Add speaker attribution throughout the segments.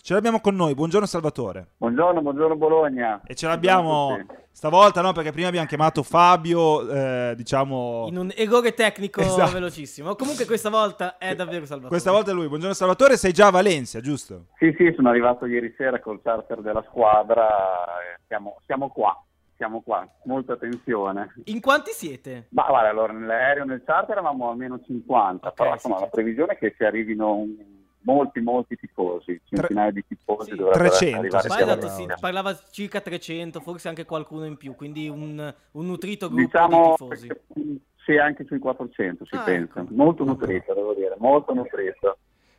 Speaker 1: Ce l'abbiamo con noi, buongiorno Salvatore.
Speaker 2: Buongiorno, buongiorno Bologna.
Speaker 1: E ce l'abbiamo stavolta, no? Perché prima abbiamo chiamato Fabio, eh, diciamo...
Speaker 3: In un errore tecnico
Speaker 1: Esatto.
Speaker 3: velocissimo. Comunque questa volta è eh, davvero Salvatore.
Speaker 1: Questa volta è lui, buongiorno Salvatore, sei già a Valencia, giusto?
Speaker 2: Sì, sì, sono arrivato ieri sera col charter della squadra, eh, siamo, siamo qua, siamo qua, molta tensione.
Speaker 3: In quanti siete?
Speaker 2: Ma guarda, allora nell'aereo nel charter eravamo almeno 50,
Speaker 3: Ok,
Speaker 2: però
Speaker 3: sì,
Speaker 2: insomma,
Speaker 3: sì.
Speaker 2: la previsione è che ci arrivino un- molti, molti tifosi, centinaia di tifosi
Speaker 3: Sì.
Speaker 2: dovrebbero
Speaker 1: 300,
Speaker 2: arrivare.
Speaker 1: sì,
Speaker 3: Qua
Speaker 2: qui a
Speaker 1: siamo-
Speaker 3: esatto, si
Speaker 2: Valencia.
Speaker 3: parlava circa 300, forse anche qualcuno in più, quindi un, un nutrito gruppo di
Speaker 2: Diciamo
Speaker 3: tifosi. Cioè,
Speaker 2: che- sì, anche sui 400 si
Speaker 3: Ah,
Speaker 2: pensa,
Speaker 3: ecco.
Speaker 2: molto nutrito, devo dire, molto nutrito.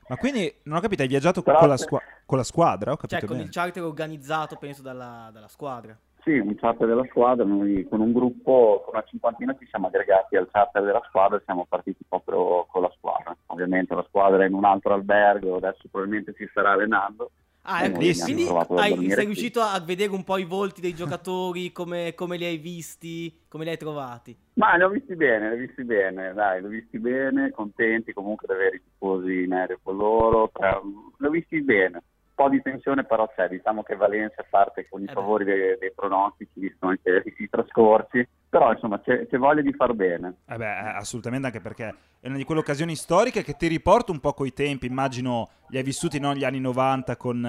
Speaker 1: Ma quindi, non ho capito, hai viaggiato
Speaker 2: Però-
Speaker 1: con la, squa- con la squadra? Ho capito
Speaker 3: Cioè con
Speaker 1: bene.
Speaker 3: il charter organizzato penso dalla, dalla squadra.
Speaker 2: Sì, un charter della squadra, noi con un gruppo, con una cinquantina ci siamo aggregati al charter della squadra e siamo partiti proprio con la squadra. Ovviamente la squadra è in un altro albergo, adesso probabilmente si starà allenando.
Speaker 3: Ah,
Speaker 2: Eh,
Speaker 3: ecco.
Speaker 1: bellissimo.
Speaker 3: Quindi
Speaker 2: Abbiamo provato a
Speaker 3: hai-
Speaker 2: dormire
Speaker 3: sei
Speaker 2: qui.
Speaker 3: riuscito a vedere un po' i volti dei giocatori, come, come li hai visti, come li hai trovati.
Speaker 2: Ma li ho visti bene, li ho visti bene, dai, li ho visti bene, contenti comunque di avere i tifosi in aereo con loro, tra- li ho visti bene. Un po' di tensione però c'è, diciamo che Valencia parte con i
Speaker 3: Eh beh.
Speaker 2: favori dei, dei pronostici, visto anche i trascorsi, però insomma c'è, c'è voglia di far bene.
Speaker 1: Eh beh, assolutamente, anche perché è una di quelle occasioni storiche che ti riporta un po' coi tempi. Immagino li hai vissuti negli anni 90 con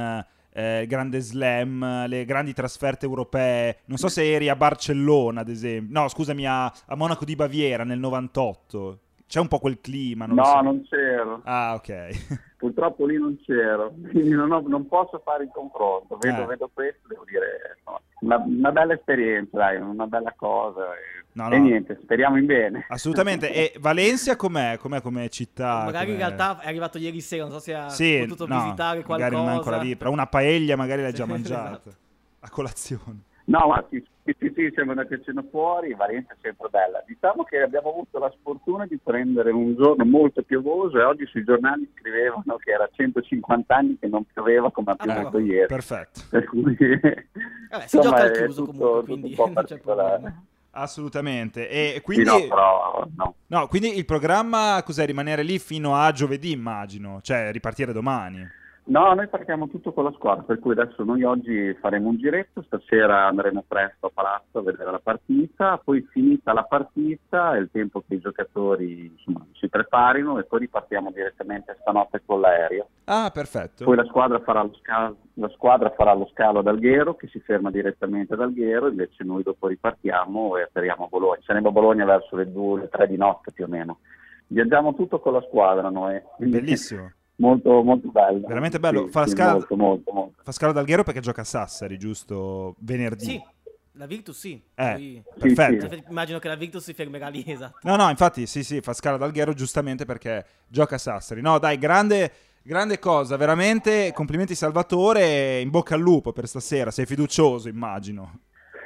Speaker 1: eh, il grande slam, eh, le grandi trasferte europee. Non so se eri a Barcellona, ad esempio. No, scusami, a, a Monaco di Baviera nel 98. C'è un po' quel clima, non lo so.
Speaker 2: No, non c'ero.
Speaker 1: Ah, ok.
Speaker 2: Purtroppo lì non c'ero, quindi non, ho- non posso fare il confronto. Vedo,
Speaker 1: Eh.
Speaker 2: vedo questo, devo dire, insomma, una, una bella esperienza, dai, una bella cosa. E,
Speaker 1: No,
Speaker 2: e
Speaker 1: no.
Speaker 2: niente, speriamo in bene.
Speaker 1: Assolutamente. E Valencia com'è? Com'è Ah, come città?
Speaker 3: Oh, magari in
Speaker 1: Com'è?
Speaker 3: realtà è arrivato ieri sera, non so se ha
Speaker 1: sì,
Speaker 3: potuto
Speaker 1: no,
Speaker 3: visitare
Speaker 1: magari
Speaker 3: qualcosa.
Speaker 1: non è ancora lì, però una paella magari l'hai già
Speaker 3: Sì,
Speaker 1: mangiata
Speaker 3: esatto.
Speaker 1: a colazione.
Speaker 2: No, ma sì, sì, sì, sì, siamo andati a cena fuori, Valencia è sempre bella. Diciamo che abbiamo avuto la sfortuna di prendere un giorno molto piovoso e oggi sui giornali scrivevano che era 150 anni che non pioveva come ha
Speaker 3: Ah,
Speaker 2: piovuto
Speaker 3: ecco.
Speaker 2: ieri.
Speaker 1: Perfetto.
Speaker 2: Per cui...
Speaker 3: Vabbè, si gioca
Speaker 2: insomma,
Speaker 3: al
Speaker 2: è
Speaker 3: chiuso
Speaker 2: tutto-
Speaker 3: comunque,
Speaker 2: tutto
Speaker 3: quindi
Speaker 2: un po'
Speaker 3: non c'è problema.
Speaker 2: particolare.
Speaker 1: Assolutamente. E
Speaker 2: Sì,
Speaker 1: quindi,
Speaker 2: no, però no.
Speaker 1: no, quindi il programma cos'è? Rimanere lì fino a giovedì, immagino, cioè ripartire domani.
Speaker 2: No, noi partiamo tutto con la squadra, per cui adesso noi oggi faremo un giretto, stasera andremo presto a Palazzo a vedere la partita, poi finita la partita, è il tempo che i giocatori insomma, si preparino e poi ripartiamo direttamente stanotte con l'aereo.
Speaker 1: Ah, perfetto.
Speaker 2: Poi la squadra farà lo scalo, la squadra farà lo scalo ad Alghero, che si ferma direttamente ad Alghero, invece noi dopo ripartiamo e atterriamo a Bologna. Saremo a Bologna verso le 2, le 3 di notte più o meno. Viaggiamo tutto con la squadra noi. Quindi-
Speaker 1: Bellissimo.
Speaker 2: Molto, molto bello.
Speaker 1: Veramente bello.
Speaker 2: Sì,
Speaker 1: Fa la
Speaker 2: sì,
Speaker 1: scala-
Speaker 2: Molto, molto, molto.
Speaker 1: Fa scalo d'Alghero perché gioca a Sassari, giusto? Venerdì.
Speaker 3: Sì, la Virtus sì.
Speaker 1: Eh.
Speaker 3: Poi-
Speaker 1: Perfetto.
Speaker 2: Sì, sì.
Speaker 3: Cioè, Immagino che la Virtus si fermerà lì, esatto.
Speaker 1: No, no, infatti, sì, sì, fa scala d'Alghero giustamente perché gioca a Sassari. No, dai, grande, grande cosa, veramente. Complimenti Salvatore, in bocca al lupo per stasera, sei fiducioso, immagino.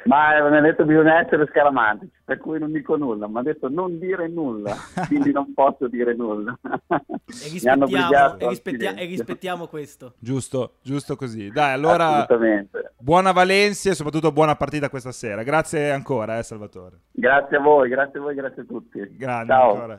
Speaker 2: Ma eh, mi ha detto bisogna essere scaramantici, per cui non dico nulla. Mi ha detto non dire nulla, quindi non posso dire nulla.
Speaker 3: E
Speaker 2: Mi hanno
Speaker 3: rispettiamo,
Speaker 2: obbligato
Speaker 3: e
Speaker 2: al
Speaker 3: rispettia- e
Speaker 2: silenzio.
Speaker 3: rispettiamo questo.
Speaker 1: Giusto, giusto così. Dai, allora
Speaker 2: Assolutamente.
Speaker 1: buona Valencia e soprattutto buona partita questa sera. Grazie ancora, eh, Salvatore.
Speaker 2: Grazie a voi, grazie a voi, grazie a tutti.
Speaker 1: Grande
Speaker 2: Ciao.
Speaker 1: ancora.